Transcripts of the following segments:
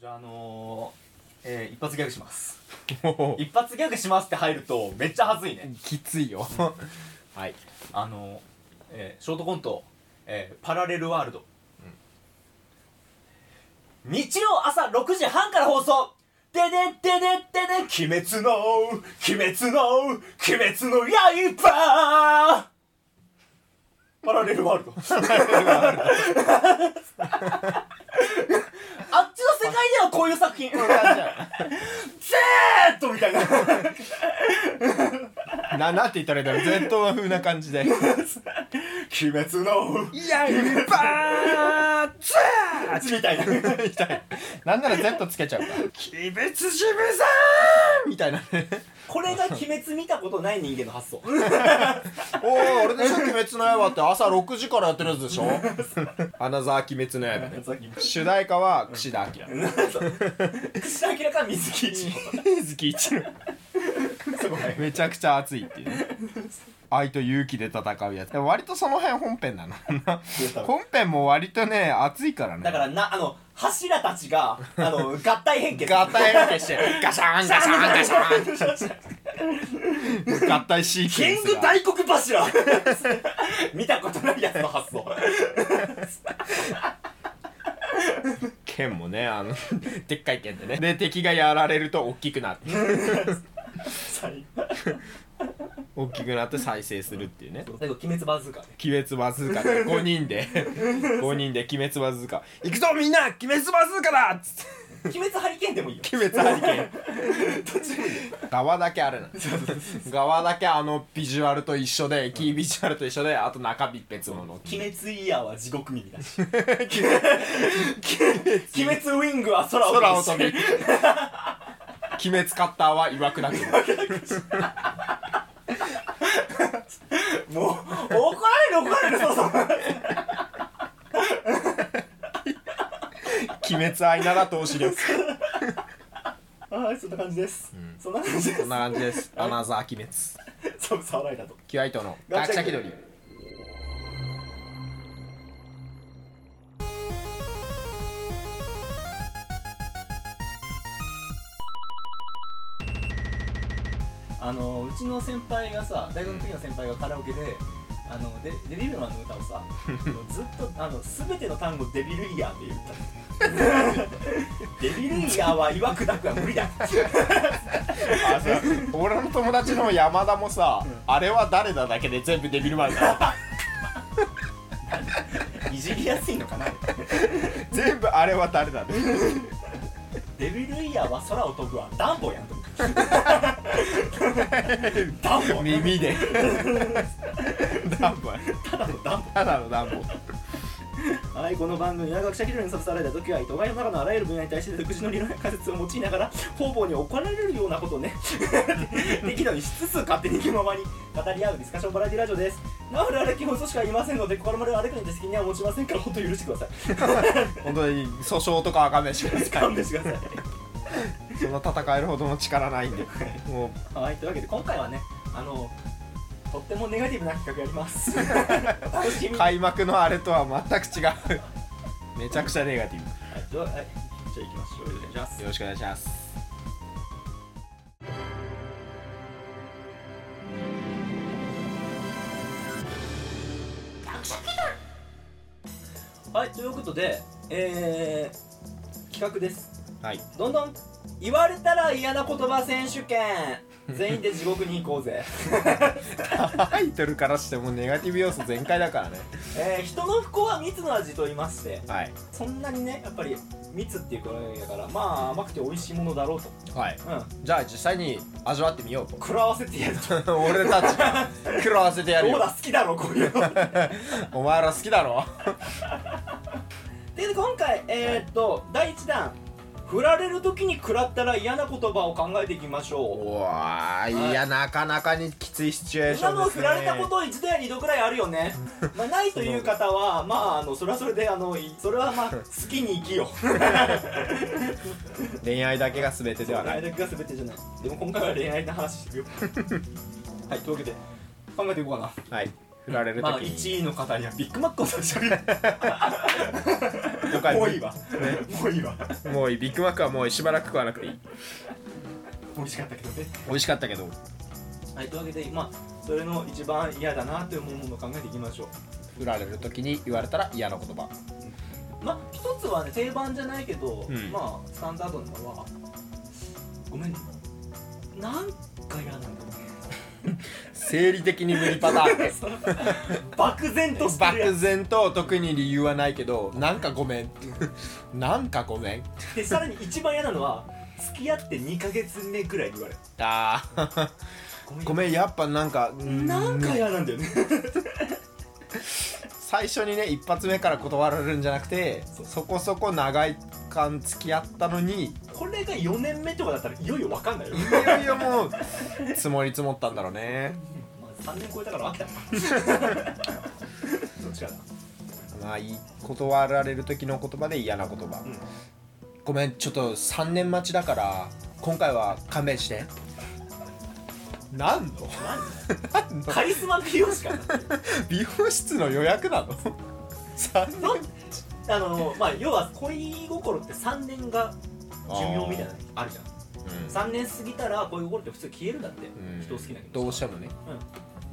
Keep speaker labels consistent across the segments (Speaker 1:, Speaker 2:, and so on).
Speaker 1: じゃああのー、えー、一発ギャグします
Speaker 2: も
Speaker 1: 一発ギャグしますって入るとめっちゃ恥ずいね
Speaker 2: うきついよ はい
Speaker 1: あのーえーショートコント、えーパラレルワールド」日曜朝6時半から放送「でででででで鬼滅の鬼滅の鬼滅の刃」パラレルワー ルドあっちの世界ではこういう作品 Z みたいな
Speaker 2: ななんて言ったらいいんだろう Z 風な感じで
Speaker 1: 鬼滅の
Speaker 2: いやいっぱーつ
Speaker 1: あみたいな
Speaker 2: ーみたいななんなら Z つけちゃうから鬼滅渋さーみたいなね
Speaker 1: これが鬼滅見たことない人間の発想
Speaker 2: おおあれでしょ鬼滅の刃って朝6時からやってるやつでしょ アナザー鬼滅の刃ね
Speaker 1: さっき
Speaker 2: 主題歌は櫛田明
Speaker 1: 口開けらか水木一
Speaker 2: 水木一郎 めちゃくちゃ熱いっていうね愛と勇気で戦うやつでも割とその辺本編なの本編も割とね熱いからね
Speaker 1: だからなあの柱たちがあの合体変形
Speaker 2: 合体ロケしてるガシャンガシャンガシャン合体シーク
Speaker 1: キ
Speaker 2: エン
Speaker 1: ン
Speaker 2: ス
Speaker 1: グ
Speaker 2: が
Speaker 1: 大黒柱見たことないやつの発想
Speaker 2: 剣もねあのでっかい剣でねで敵がやられると大きくなって
Speaker 1: 最
Speaker 2: 大きくなって再生するっていうね
Speaker 1: 後鬼滅バズーカね
Speaker 2: 鬼滅バズーカで5人で5人で鬼滅バズーカ行くぞみんな鬼滅バズーカだっつっ
Speaker 1: 鬼滅ハリケーンでもいいよ
Speaker 2: て鬼滅ハリケーン側だけあれなんです側だけあのビジュアルと一緒でキービジュアルと一緒であと中身別物の
Speaker 1: 鬼滅イヤーは地獄耳だし鬼滅ウィングは空を
Speaker 2: 空を
Speaker 1: 飛
Speaker 2: 飛
Speaker 1: び
Speaker 2: び鬼滅カッターは曰くなく
Speaker 1: もう怒られる怒られるそうそう
Speaker 2: 鬼滅アイナだ投資力
Speaker 1: はいそんな感じです、そんな感じです
Speaker 2: こんな感じですアナザー鬼滅
Speaker 1: そう触られたと
Speaker 2: キュアイトの学者気取り
Speaker 1: あのうちの先輩がさ大学の時の先輩がカラオケで「あのデデビルマン」の歌を さずっとあの全ての単語デビルイヤーって言ったのデビルイヤーは曰くなくは無理だ
Speaker 2: あさ俺の友達の山田もさ、あれは誰だだけで全部デビルマンだ
Speaker 1: いじりやすいのかな
Speaker 2: 全部あれは誰だね
Speaker 1: デビルイヤーは空を飛ぶはダンボやんと思って ダンボ
Speaker 2: 耳でダンボ
Speaker 1: ただのダンボ
Speaker 2: ただのダンボ
Speaker 1: はい、この番組は学者気取りに支えられた時は糸が世の中のあらゆる分野に対して独自の理論や仮説を用いながら方々に怒られるようなことをね 適度にしつつ勝手に気ままに語り合うディスカッションバラエティラジオですなお我々基本しか言いませんので心まで悪くに責任は持ちませんから本当許してください
Speaker 2: 本当に訴訟とかわかんないし
Speaker 1: 勘弁してくださ
Speaker 2: そんな戦えるほどの力ないんでも
Speaker 1: いはい、というわけで今回はねあのとってもネガティブな企画やりますお楽しみ
Speaker 2: う
Speaker 1: に、はい
Speaker 2: 開幕のあれとは全く違うめちゃくちゃネガティブ
Speaker 1: どうはい、じゃあ行きましょうお願いします
Speaker 2: よろしくお願いします
Speaker 1: はい、ということで、えー、企画です
Speaker 2: はい
Speaker 1: どんどん言われたら嫌な言葉選手権全員で地獄に行こうぜ、
Speaker 2: タイトルからしてもネガティブ要素全開だからね
Speaker 1: えー人の不幸は蜜の味と言いまして
Speaker 2: はい
Speaker 1: そんなにねやっぱり蜜っていうことだからまあ甘くて美味しいものだろうと
Speaker 2: はい
Speaker 1: うん
Speaker 2: じゃあ実際に味わってみようと
Speaker 1: 食らわせてやると
Speaker 2: 俺たちが食らわせてやる
Speaker 1: どう
Speaker 2: よ
Speaker 1: だ好きだろこういうの
Speaker 2: お前ら好きだろ
Speaker 1: で今回えー、っと、第1弾振られる時に食らったら嫌な言葉を考えていきましょう
Speaker 2: おわーいやなかなかにきついシチュエーシ
Speaker 1: 今
Speaker 2: ョンです
Speaker 1: の振
Speaker 2: ね
Speaker 1: られたこと一度や二度くらいあるよね、まあ、ないという方はまああのそれはそれであのいそれはまあ好きに生きよう
Speaker 2: 恋愛だけが全てではない
Speaker 1: 恋愛だけが全てじゃないでも今回は恋愛の話してるよはいというわけで考えていこうかな
Speaker 2: はい振られる時
Speaker 1: まあ
Speaker 2: に、
Speaker 1: 1位の方にはビッグマックを差し上げる
Speaker 2: よかった
Speaker 1: もういいわ、もういいわ
Speaker 2: もういいビッグマックはもうしばらく食わなくていい
Speaker 1: 美味しかったけどね
Speaker 2: 美味しかったけど
Speaker 1: はいというわけでまあそれの一番嫌だなというものを考えていきましょう
Speaker 2: 振られる時に言われたら嫌な言葉
Speaker 1: まあ一つはね定番じゃないけど、
Speaker 2: うん
Speaker 1: まあスタンダードなのはごめんなんか嫌なんだろ
Speaker 2: 生理的に無理パターン
Speaker 1: うねその漠然としてるや
Speaker 2: 漠然と特に理由はないけどなんかごめん なんかごめん
Speaker 1: つでさらに一番嫌なのは付き合って2ヶ月目ぐらいに言われる
Speaker 2: あー
Speaker 1: ごめん
Speaker 2: ごめんやっぱなんかうーん
Speaker 1: なんか嫌なんだよね
Speaker 2: 最初にね一発目から断られるんじゃなくて
Speaker 1: そう
Speaker 2: そこそこ長い間付き合ったのにい
Speaker 1: これが4年目とかだったらいよいよ分かんないよ
Speaker 2: よいよもう積もり積もったんだろうね
Speaker 1: まあ3年超えたから分けたどっちかな
Speaker 2: まあいい断られる時の言葉で嫌な言葉、
Speaker 1: うん
Speaker 2: ごめんちょっと3年待ちだから今回は勘弁して何の
Speaker 1: 何カリスマ美容師かな
Speaker 2: 美容室の予約なの3年
Speaker 1: どあのまあ要は恋心って3年が寿命みたいなのあるじゃん3年過ぎたら恋心って普通消えるんだって、
Speaker 2: うん
Speaker 1: 人を好きな人
Speaker 2: どうしてもね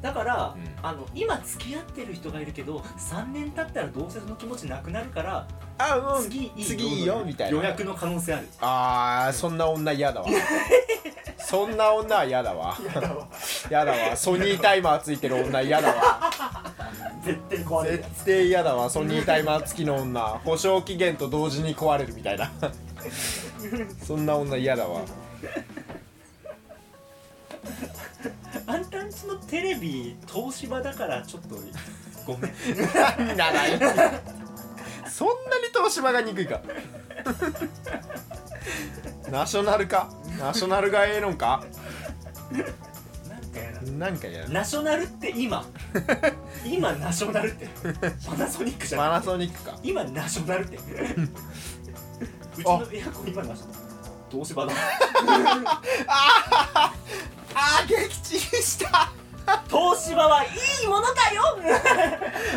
Speaker 1: だから、
Speaker 2: うん
Speaker 1: あの今付き合ってる人がいるけど3年経ったらどうせその気持ちなくなるから、
Speaker 2: あもう
Speaker 1: 次いいよ
Speaker 2: 次いいよみたいな
Speaker 1: 予約の可能性ある
Speaker 2: あーそんな女嫌だわそんな女は嫌だわ嫌だわソニータイマーついてる女嫌だわ
Speaker 1: 絶対壊れる
Speaker 2: 絶
Speaker 1: やつ
Speaker 2: 対嫌だわソニータイマー付きの女保証期限と同時に壊れるみたいな そんな女嫌だわ
Speaker 1: あんたんちのテレビ東芝だからちょっとご めん
Speaker 2: 何がないそんなに東芝が憎いかナショナルかナショナルがええのんか
Speaker 1: なんかやな
Speaker 2: 何かや
Speaker 1: ナショナルって 今今ナショナルってパナソニックじゃ
Speaker 2: パ
Speaker 1: ない
Speaker 2: ナソニックか
Speaker 1: 今ナショナルって うちのエアコン今ナショナル東芝だ
Speaker 2: あー撃沈した
Speaker 1: 東芝はいいものかよ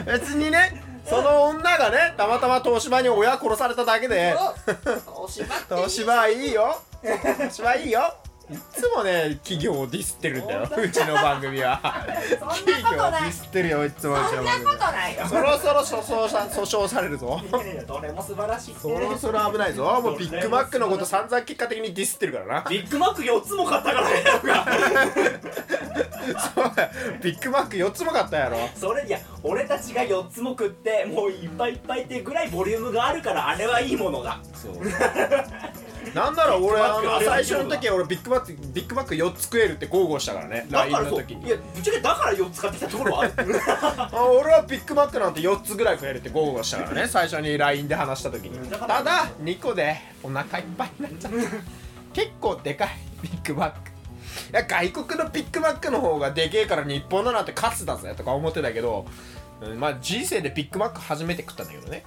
Speaker 2: 別にねその女がねたまたま東芝に親殺されただけで
Speaker 1: 東芝
Speaker 2: 東芝いいよ東芝いいよいつもね企業をディスってるんだようちの番組は
Speaker 1: そんな
Speaker 2: 企業をディスってるよいつもうちの番組は
Speaker 1: ないよ
Speaker 2: そろそろ訴訟さ 訴訟されるぞ
Speaker 1: いやいやどれも素晴らしい
Speaker 2: そろそろ危ないぞもうビッグマックのこと散々結果的にディスってるからな
Speaker 1: ビッグマック4つも買ったからね僕が
Speaker 2: そうだよビッグマック4つも買ったやろ
Speaker 1: それいや俺たちが4つも食ってもういっぱいいっぱいってぐらいボリュームがあるからあれはいいものだ
Speaker 2: そうなんだろう俺
Speaker 1: ビッグマック
Speaker 2: あの最初の時俺ビッグマックビッグマック4つ食えるって豪語したからね
Speaker 1: だ
Speaker 2: LINE
Speaker 1: から
Speaker 2: の
Speaker 1: そう
Speaker 2: 時
Speaker 1: い
Speaker 2: に
Speaker 1: やぶっちゃけだから4つ買ってきたところはあ る
Speaker 2: あ俺はビッグマックなんて4つぐらい食えるって豪語したからね最初に LINE で話した時に
Speaker 1: うん
Speaker 2: た
Speaker 1: だから
Speaker 2: だ2個でお腹いっぱいになっちゃった結構でかいビッグマックいや外国のビッグマックの方がでけえから日本のなんてカスだぜとか思ってたけど、うんまあ人生でビッグマック初めて食ったんだけどね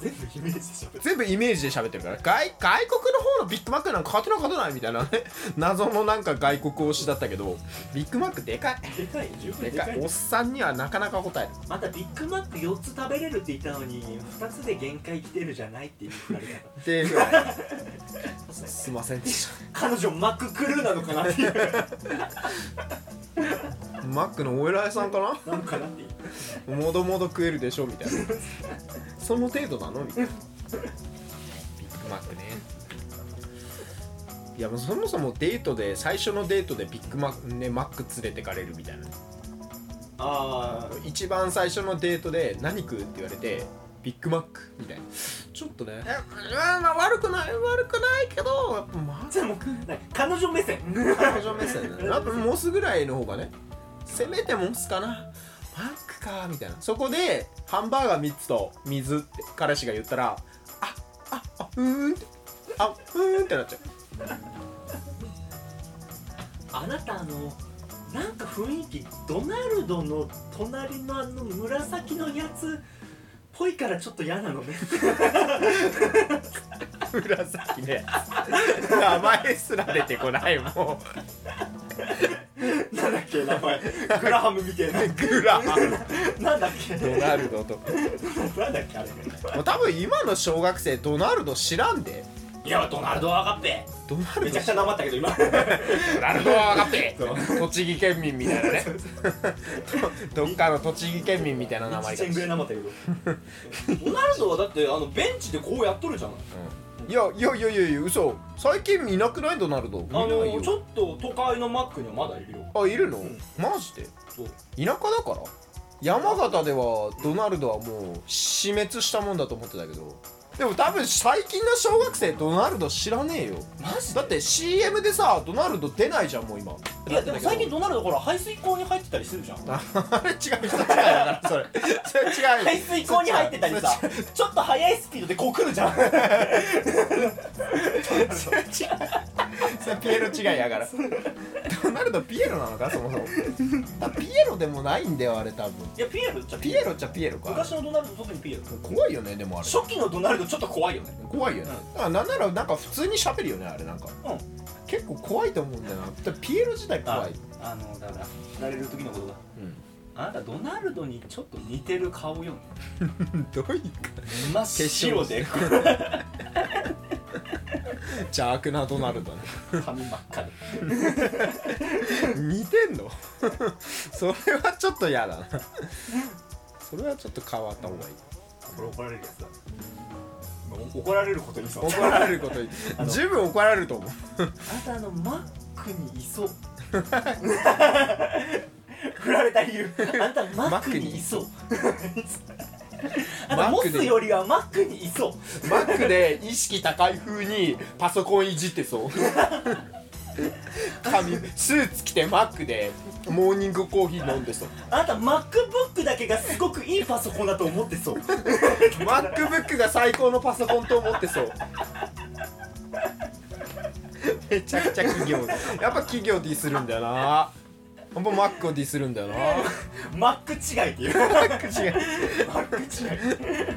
Speaker 1: 全部イメージでしょ
Speaker 2: 全部イメージで喋ってるから外外国の方のビッグマックなんか勝てな勝てないみたいなね 謎のなんか外国推しだったけどビッグマックでかい
Speaker 1: でかい十分
Speaker 2: で
Speaker 1: で
Speaker 2: か
Speaker 1: か
Speaker 2: い
Speaker 1: い
Speaker 2: おっさんにはなかなか答える
Speaker 1: またビッグマック4つ食べれるって言ったのに2つで限界来てるじゃないっていう振られ方
Speaker 2: っていうぐらいすいませんでし
Speaker 1: 彼女マッククルーなのかなっていう
Speaker 2: たマックのお偉いさん か
Speaker 1: なんかなっていう
Speaker 2: なもどもど食えるでしょみたいなその程度なのみたいなビッグマックねいやもうそもそもデートで最初のデートでビッグマック,、ね、マック連れてかれるみたいな
Speaker 1: ああ
Speaker 2: 一番最初のデートで「何食う?」って言われて「ビッグマック」みたいなちょっとねまあ悪くない悪くないけどやっぱマ
Speaker 1: じゃあもうない彼女目線
Speaker 2: 彼女目線だね やっぱモスぐらいの方がねせめてモスかなマックかみたいなそこでハンバーガー3つと水って彼氏が言ったら「あああうーん」って「あうーん」ってなっちゃう
Speaker 1: あなたあのなんか雰囲気ドナルドの隣のあの紫のやつっぽいからちょっと嫌なのね
Speaker 2: 紫ね名前すら出てこないもう
Speaker 1: なんだっけけ名前グラハムみたいな
Speaker 2: グラハム
Speaker 1: なんだっけ
Speaker 2: ドナルドとか
Speaker 1: なんだっけあれ
Speaker 2: もう多分今の小学生ドナルド知らんで
Speaker 1: いやドナルドは分かって
Speaker 2: ドナルド
Speaker 1: めちゃくちゃなまったけど今
Speaker 2: ドナルドは分かって栃木県民みたいなねどっかの栃木県民みたいな名前
Speaker 1: 1
Speaker 2: が
Speaker 1: 円ぐらいなまった けどドナルドはだってあのベンチでこうやっとるじゃない
Speaker 2: いやいやいやいやいや嘘最近見なくないドナルド見
Speaker 1: あ
Speaker 2: ない
Speaker 1: のち
Speaker 2: よ
Speaker 1: ょっと都会のマックにはまだいるよ
Speaker 2: あいるの、
Speaker 1: うん
Speaker 2: マジで
Speaker 1: そう
Speaker 2: 田舎だから山形ではドナルドはもう死滅したもんだと思ってたけどでも多分最近の小学生ドナルド知らねえよ
Speaker 1: マジ
Speaker 2: だって CM でさドナルド出ないじゃんもう今
Speaker 1: いやでも最近
Speaker 2: ド
Speaker 1: ドナルドほら排水溝に入ってたりするじゃん
Speaker 2: あれ違う人違うからそれそれ違う
Speaker 1: 排水溝に入ってたり さちょっと速いスピードでこう来る じゃんドナルド
Speaker 2: それピエロ違いやからドナルドピエロなのかそも そもだピエロでもないんだよあれ多分
Speaker 1: いやピエロじゃ
Speaker 2: ピエロっちゃピエロか
Speaker 1: 昔のドナルド特にピエロ
Speaker 2: 怖いよねでもあれ
Speaker 1: 初期のドナルドちょっと怖いよね
Speaker 2: 怖いよね、だからなんならなんか普通に喋るよねあれなんか、
Speaker 1: うん
Speaker 2: 結構怖いと思うんだよなだってピエロ自体怖い、
Speaker 1: あのだから慣れる時のことだ
Speaker 2: う
Speaker 1: あなたドナルドにちょっと似てる顔よね
Speaker 2: ん、どういう
Speaker 1: 真っ白で
Speaker 2: 邪悪なド ナルドね
Speaker 1: 髪真っ赤で
Speaker 2: 似てんの それはちょっと嫌だなそれはちょっと変わった方がいい
Speaker 1: これ怒られるやつだ怒られることにそう
Speaker 2: 怒られることに
Speaker 1: あの
Speaker 2: 十分怒られると思う
Speaker 1: あなたあのマックにいそう 振られた理由あなたマックにいそう あなたモスよりはマックにいそう
Speaker 2: マックで意識高い風にパソコンいじっ てそう髪スーツ着てマックでモーニングコーヒー飲んでそう
Speaker 1: あなたマックブックだけがすごくいいパソコンだと思ってそう
Speaker 2: MacBook が最高のパソコンと思ってそうめちゃくちゃ企業やっぱ企業ディスるんだよなやっぱ Mac をディスるんだ よな
Speaker 1: マック違いっていう
Speaker 2: 口が
Speaker 1: マック違い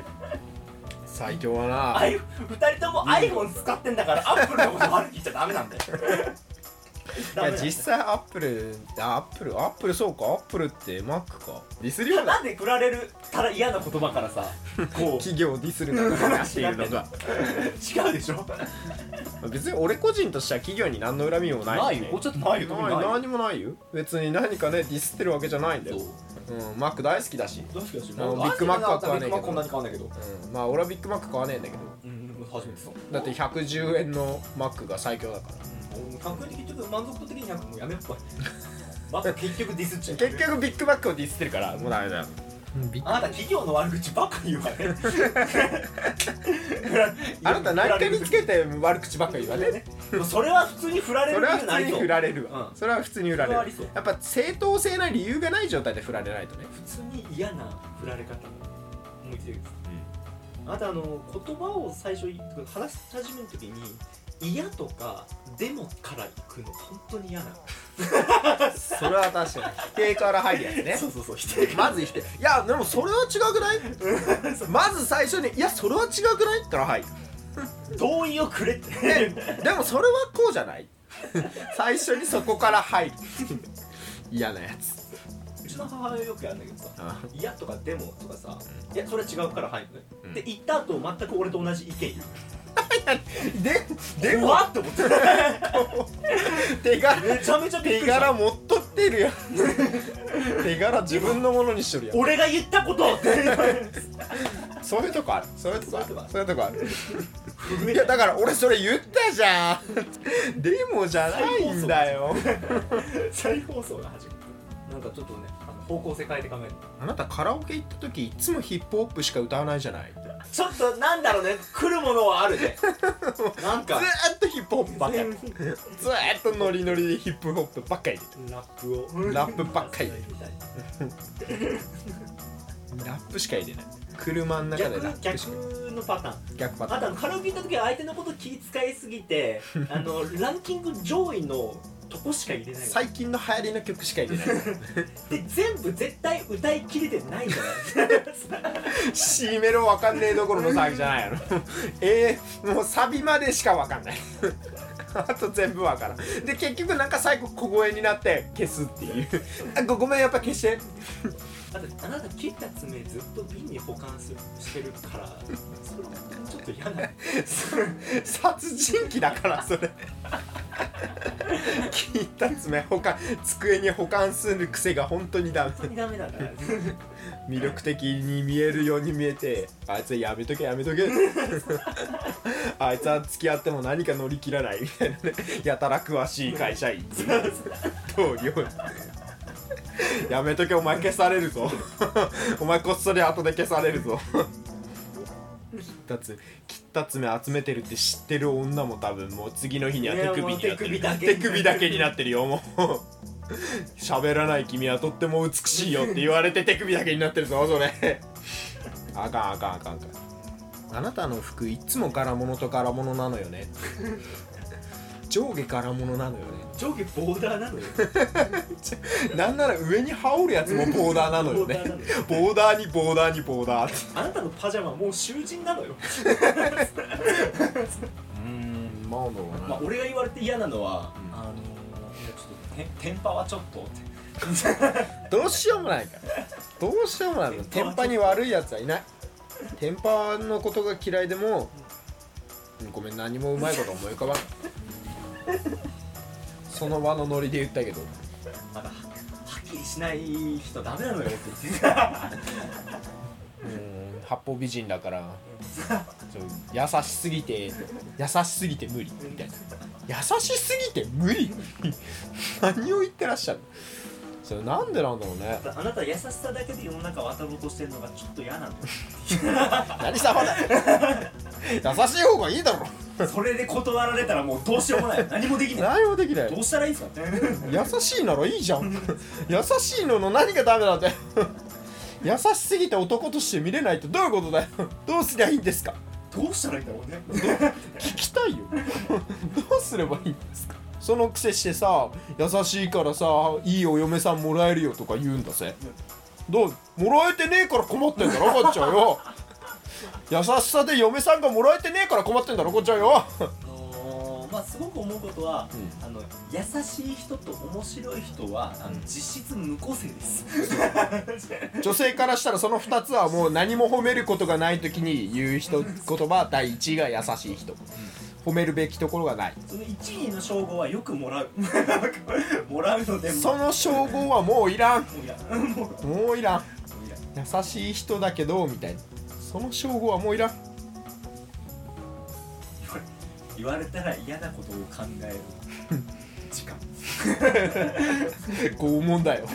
Speaker 2: 最強だな
Speaker 1: あい2人とも iPhone 使ってんだからアップルのこと悪く言っちゃダメなんだよダメ
Speaker 2: いや
Speaker 1: なんだ
Speaker 2: 実
Speaker 1: よ
Speaker 2: 際アップルあアップルアップルそうかアップルって Mac かディスるよう
Speaker 1: な
Speaker 2: なん
Speaker 1: で振られるたら嫌な言葉からさこう
Speaker 2: 企業をディスるんだなっていうの が
Speaker 1: 違うでしょ
Speaker 2: 別に俺個人としては企業に何の恨みもない
Speaker 1: ないよこっちだってないよ特にないよ
Speaker 2: 何もないよ別に何かねディスってるわけじゃないんだよ
Speaker 1: そう
Speaker 2: うん、マック大好きだし、
Speaker 1: 確かに
Speaker 2: あのビッグマックは買わねえけど
Speaker 1: こんなに買わないけど
Speaker 2: うん、まあ俺はビッグマック買わねえんだけど
Speaker 1: うん初めてそう
Speaker 2: だって110円のマックが最強だから
Speaker 1: 感覚的に結局満足度的になんかもうやめっ ぱいまた結局ディスっちゃう
Speaker 2: 結局ビッグマックをディスってるからもうダメだよ、
Speaker 1: あなた企業の悪口ばっか言うわね
Speaker 2: あなた何回につけて悪口ばっかり言わね
Speaker 1: でも それは普通に振られ
Speaker 2: そ
Speaker 1: る
Speaker 2: れは
Speaker 1: 理由な
Speaker 2: 普
Speaker 1: り
Speaker 2: 通に
Speaker 1: そう
Speaker 2: 振られるわ、
Speaker 1: うん
Speaker 2: それは普通に振ら
Speaker 1: それはあ
Speaker 2: れ
Speaker 1: りそ
Speaker 2: る
Speaker 1: う
Speaker 2: やっぱ正当性な理由がない状態で振られないとね
Speaker 1: 普通に嫌な振られ方思いついてるんです、あなたあの言葉を最初話し始めるときに嫌とかでもから行くの本当に嫌な
Speaker 2: それは確かに否定から入るやつね
Speaker 1: そうそうそう否定が
Speaker 2: まず否定いやでもそれは違くないまず最初に「いやそれは違くない?」から入る
Speaker 1: 同意をくれって
Speaker 2: ででもそれはこうじゃない 最初にそこから入る嫌なやつ
Speaker 1: うちの母親よくやるんだけどさ
Speaker 2: あ
Speaker 1: 「嫌」とか「でも」とかさ「いやそれ違うから入るね」
Speaker 2: うん
Speaker 1: で言った後全く俺と同じ意見言う
Speaker 2: ででも
Speaker 1: 怖っって思って
Speaker 2: 手柄
Speaker 1: めちゃめちゃびっくり
Speaker 2: 手
Speaker 1: した
Speaker 2: 柄持っとってるやん手柄自分のものにしとるや
Speaker 1: 俺が言ったことって
Speaker 2: んそういうとこあるそういうとこあるそういうとこあ
Speaker 1: 震
Speaker 2: る
Speaker 1: え
Speaker 2: いやだから俺それ言ったじゃんでもじゃないんだよ
Speaker 1: 再放送が始まったなんかちょっとねあの方向性変えて考える
Speaker 2: あなたカラオケ行った時いつもヒップホップしか歌わないじゃないずー
Speaker 1: ちょっとなんだろうね来るものはある ねなんか
Speaker 2: っとヒップホップばっかり
Speaker 1: 全然
Speaker 2: ずーっとノリノリでヒップホップばっかり出て
Speaker 1: ラップを
Speaker 2: ラップばっかり
Speaker 1: い
Speaker 2: るラップしか入れない車の中でラ
Speaker 1: 逆
Speaker 2: ップしか
Speaker 1: 逆のパターン
Speaker 2: 逆パタ
Speaker 1: あ
Speaker 2: ー
Speaker 1: とあのカラオケ行った時は相手のこと気遣いすぎてあのランキング上位のとこしか入れないわ
Speaker 2: 最近の流行りの曲しか入れない
Speaker 1: で全部絶対歌いきれてないじゃない
Speaker 2: C メロわかんねえどころの騒ぎじゃないやろえー、もうサビまでしかわかんないあと全部わからんで結局なんか最後小声になって消すっていうあごごめんやっぱ消して
Speaker 1: あとあなた切った爪ずっと瓶に保管するしてるからそれはちょっと嫌な
Speaker 2: それ殺人鬼だからそれ聞いた爪保管机に保管する癖が本当にダメ
Speaker 1: 本当にダメだ から
Speaker 2: 魅力的に見えるように見えてあいつはやめとけやめとけあいつは付き合っても何か乗り切らないみたいなねやたら詳しい会社員同僚やめとけお前消されるぞお前こっそり後で消されるぞ切った爪切った爪集めてるって知ってる女も多分もう次の日には手首になってる
Speaker 1: いやもう手
Speaker 2: 手
Speaker 1: 首だけ
Speaker 2: 首だけになってるよもう喋らない君はとっても美しいよって言われて手首だけになってるぞそれあかんあかんあかんあかんあなたの服いつも柄物と柄物なのよね上下柄物なのよね
Speaker 1: 上下ボーダーなのよ
Speaker 2: なんなら上に羽織るやつもボーダーなのよ
Speaker 1: ボ
Speaker 2: ね
Speaker 1: ーダーなのよ
Speaker 2: ボーダーにボーダーにボーダーって
Speaker 1: あなたのパジャマもう囚人なのよ
Speaker 2: うんまあどうかな、
Speaker 1: まあ俺が言われて嫌なのは、
Speaker 2: うん
Speaker 1: あのいやちょっとテンテンパはちょっとって
Speaker 2: どうしようもないからどうしようもない
Speaker 1: テ
Speaker 2: のテ
Speaker 1: ン
Speaker 2: ン
Speaker 1: パ
Speaker 2: パに悪いやつはいないテンパのことが嫌いでもごめん何もうまいこと思い浮 かばないその場のノリで言ったけど
Speaker 1: まだははっきりしない人ダメなのよって言って
Speaker 2: うん八方美人だからそう優しすぎて優しすぎて無理みたいな優しすぎて無理 何を言ってらっしゃるそれなんでなんだろうね
Speaker 1: たあなた優しさだけで世の中を渡ろうとしてるのがちょっと嫌なの
Speaker 2: 何様だ優しい方がいいだろ
Speaker 1: よそれで断られたらもうどうしようもない何もできない
Speaker 2: 何もできない
Speaker 1: どうしたらいいんですか
Speaker 2: 優しいならいいじゃん優しいのの何がダメなんだよ 優しすぎて男として見れないってどういうことだよどうすりゃいいんですか
Speaker 1: どうしたらいいんだろうね
Speaker 2: 聞きたいよ どうすればいいんですかそのくせしてさ優しいからさいいお嫁さんもらえるよとか言うんだぜどうもらえてねえから困ってんだろこっちは よ優しさで嫁さんがもらえてねえから困ってんだろこっちはよ
Speaker 1: あのーまあすごく思うことは、あの優しい人と面白い人はあの実質無個性です
Speaker 2: 女性からしたらその2つはもう何も褒めることがない時に言う人言葉第1位が優しい人褒めるべきところがない
Speaker 1: その1位の称号はよくもらう もらうのでも
Speaker 2: その称号はもういらん
Speaker 1: もういやもう
Speaker 2: もういらん
Speaker 1: いや
Speaker 2: 優しい人だけどみたいなその称号はもういらん
Speaker 1: 言われたら嫌なことを考える時間
Speaker 2: 拷問だよ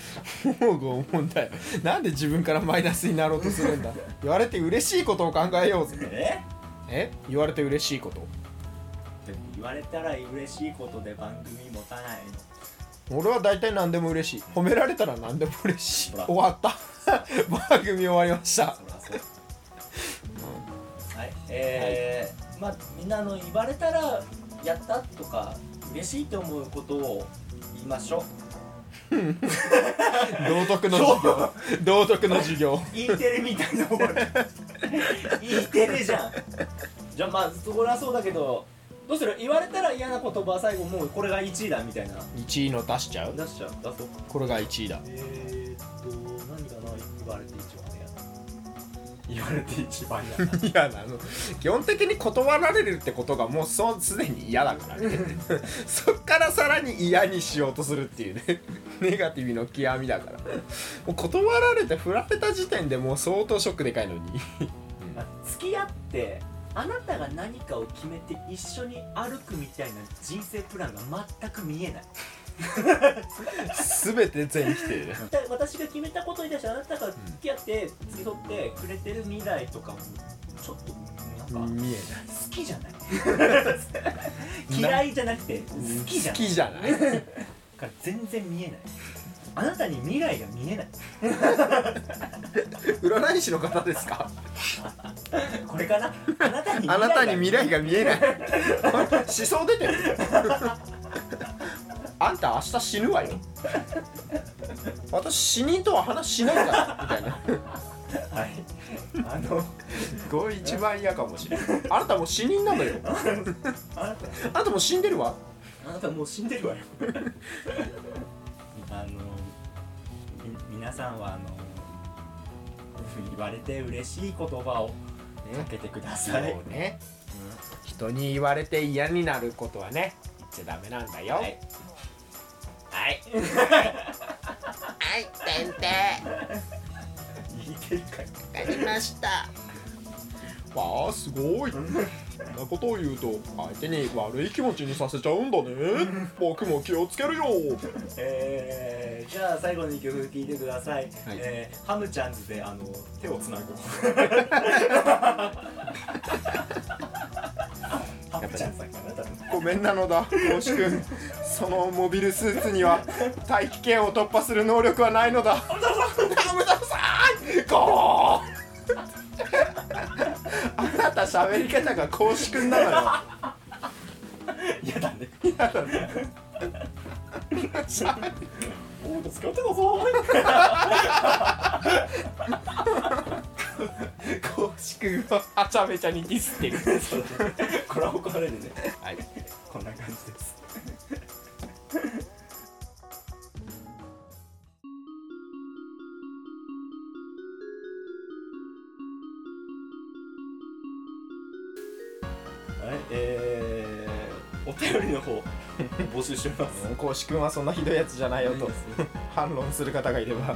Speaker 2: もう拷問だよなんで自分からマイナスになろうとするんだ言われて嬉しいことを考えようぜ
Speaker 1: え
Speaker 2: え言われて嬉しいこと
Speaker 1: でも言われたら嬉しいことで番組持たないの
Speaker 2: 俺は大体何でも嬉しい褒められたら何でも嬉しい
Speaker 1: ほら
Speaker 2: 終わった 番組終わりました
Speaker 1: そらそうはいえーまあみんなあの言われたらやったとか嬉しいと思うことを言いましょ
Speaker 2: 道徳の 授業道徳の授業
Speaker 1: う E テレみたいな もん E テレじゃんじゃあまあそこらそうだけどどうする言われたら嫌な言葉は最後もうこれが1位だみたいな
Speaker 2: 1位の出しちゃう
Speaker 1: 出しちゃう出そう
Speaker 2: これが1位だ
Speaker 1: えー、っと何かな言われて一番嫌な言われて一番嫌ない
Speaker 2: やあの基本的に断られるってことがもうそうすでに嫌だから ねそっからさらに嫌にしようとするっていうね ネガティブの極みだからもう断られて振られた時点でもう相当ショックでか いのに
Speaker 1: 付き合ってあなたが何かを決めて一緒に歩くみたいな人生プランが全く見えない
Speaker 2: 全て全否定で
Speaker 1: だ 私が決めたことに対してあなたが付き合って付き添ってくれてる未来とかもちょっとなんか
Speaker 2: 見え
Speaker 1: 好きじ ゃない嫌いじゃなくて
Speaker 2: ない
Speaker 1: 好きじゃ
Speaker 2: 好
Speaker 1: ない
Speaker 2: きじゃない
Speaker 1: から全然見えないあなたに未来が見えない
Speaker 2: 占い師の方ですか
Speaker 1: これかなあなたに
Speaker 2: あなたに
Speaker 1: 未
Speaker 2: 未
Speaker 1: 来
Speaker 2: 来が見えない思想出てる あんた明日死ぬわよ私死人とは話しないからみたいな
Speaker 1: はいあの
Speaker 2: これ一番嫌かもしれないあなたもう死人なのよ
Speaker 1: あなた
Speaker 2: あなたもう死んでるわ
Speaker 1: あなたもう死んでるわよ あのみ皆さんはあの言われて嬉しい言葉をかけてください、
Speaker 2: そうね人に言われて嫌になることはね言っちゃダメなんだよ
Speaker 1: はいはい
Speaker 3: はい、先
Speaker 1: 言いてるか
Speaker 3: 生、わかりました。
Speaker 2: わあすごいそんなことを言うと相手に悪い気持ちにさせちゃうんだね僕も気をつけるよ
Speaker 1: えー、じゃあ最後に曲聴いてください、
Speaker 2: はい
Speaker 1: えーハムちゃんズであの手をつなごう ハムちゃんさんかな多分
Speaker 2: ごめんなのだ公式君そのモビルスーツには大気圏を突破する能力はないのだダメださーいゴーあなた喋り方が公式君なのよ
Speaker 1: 嫌だね
Speaker 2: さ
Speaker 1: おー使ってたぞ
Speaker 2: 公式君ははちゃめちゃにディスってる
Speaker 1: これは怒られるね
Speaker 2: はい
Speaker 1: こんな感じですはいえー、お便りの方募集しております
Speaker 2: 公式君はそんなひどいやつじゃないよと反論する方がいれば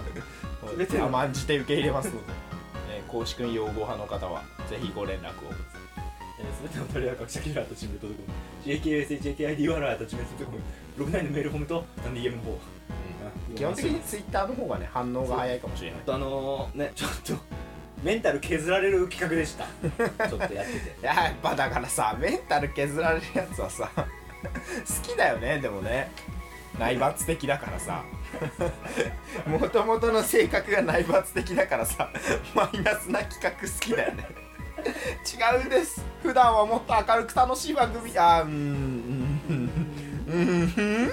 Speaker 1: 全ての
Speaker 2: 甘んじて受け入れますので、えー、公式君擁護派の方はぜひご連絡を
Speaker 1: えー、すべてのお便りは各社キラーとチームドットコム JKSHAKIDUR とチームドットコムブログ内のメールフォームと何で DM の方
Speaker 2: 基本的にツイッターの方がね反応が早いかもしれない
Speaker 1: あとあのー、ねちょっとメンタル削られる企画でしたちょっとやってて
Speaker 2: やっぱだからさメンタル削られるやつはさ 好きだよねでもね内罰的だからさ もともとの性格が内罰的だからさマイナスな企画好きだよね 違うんです普段はもっと明るく楽しい番組あーうーんうーんうーん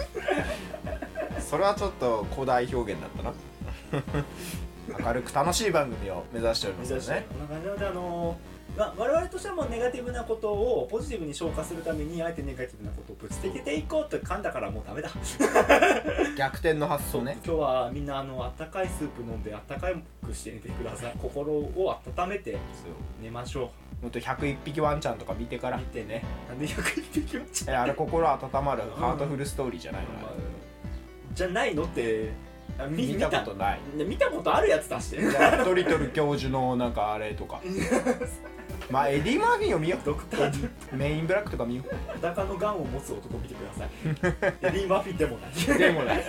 Speaker 2: それはちょっと古代表現だったな 明るく楽しい番組を目指しておりますよね
Speaker 1: こんな感じなのであのーまあ、我々としてはもうネガティブなことをポジティブに消化するためにあえてネガティブなことをぶちてていこうと噛んだからもうダメだ
Speaker 2: 逆転の発想ね
Speaker 1: 今日はみんなあのあったかいスープ飲んであったかくして寝てください心を温めて寝ましょ
Speaker 2: ほんと101匹ワンちゃんとか見てか
Speaker 1: う
Speaker 2: ら
Speaker 1: 見てねなんで101匹落ち
Speaker 2: えあれ心温まるハートフルストーリーじゃないの、あれ
Speaker 1: じゃないのってあみ
Speaker 2: 見たことない
Speaker 1: 見た見たことあるやつ出して
Speaker 2: じゃあドリトル教授のなんかあれとかまあエディ・マーフィンを見よ
Speaker 1: ドクター
Speaker 2: うメインブラックとか見よ
Speaker 1: 裸のガンを持つ男見てくださ いエディ・マーフィンでもないう
Speaker 2: でもね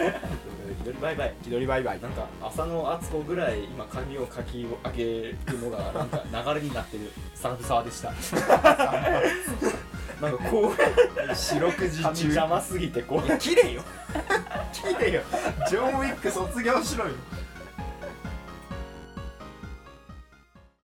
Speaker 1: バイバイ
Speaker 2: 気取りバイバイ
Speaker 1: なんか浅野敦子ぐらい今髪をかき上げるのがなんか流れになってるサブサーで したなんかこう
Speaker 2: 四六時
Speaker 1: 髪
Speaker 2: 中
Speaker 1: 邪魔すぎてこう
Speaker 2: 綺麗よ綺麗よジョン・ウィック卒業しろよ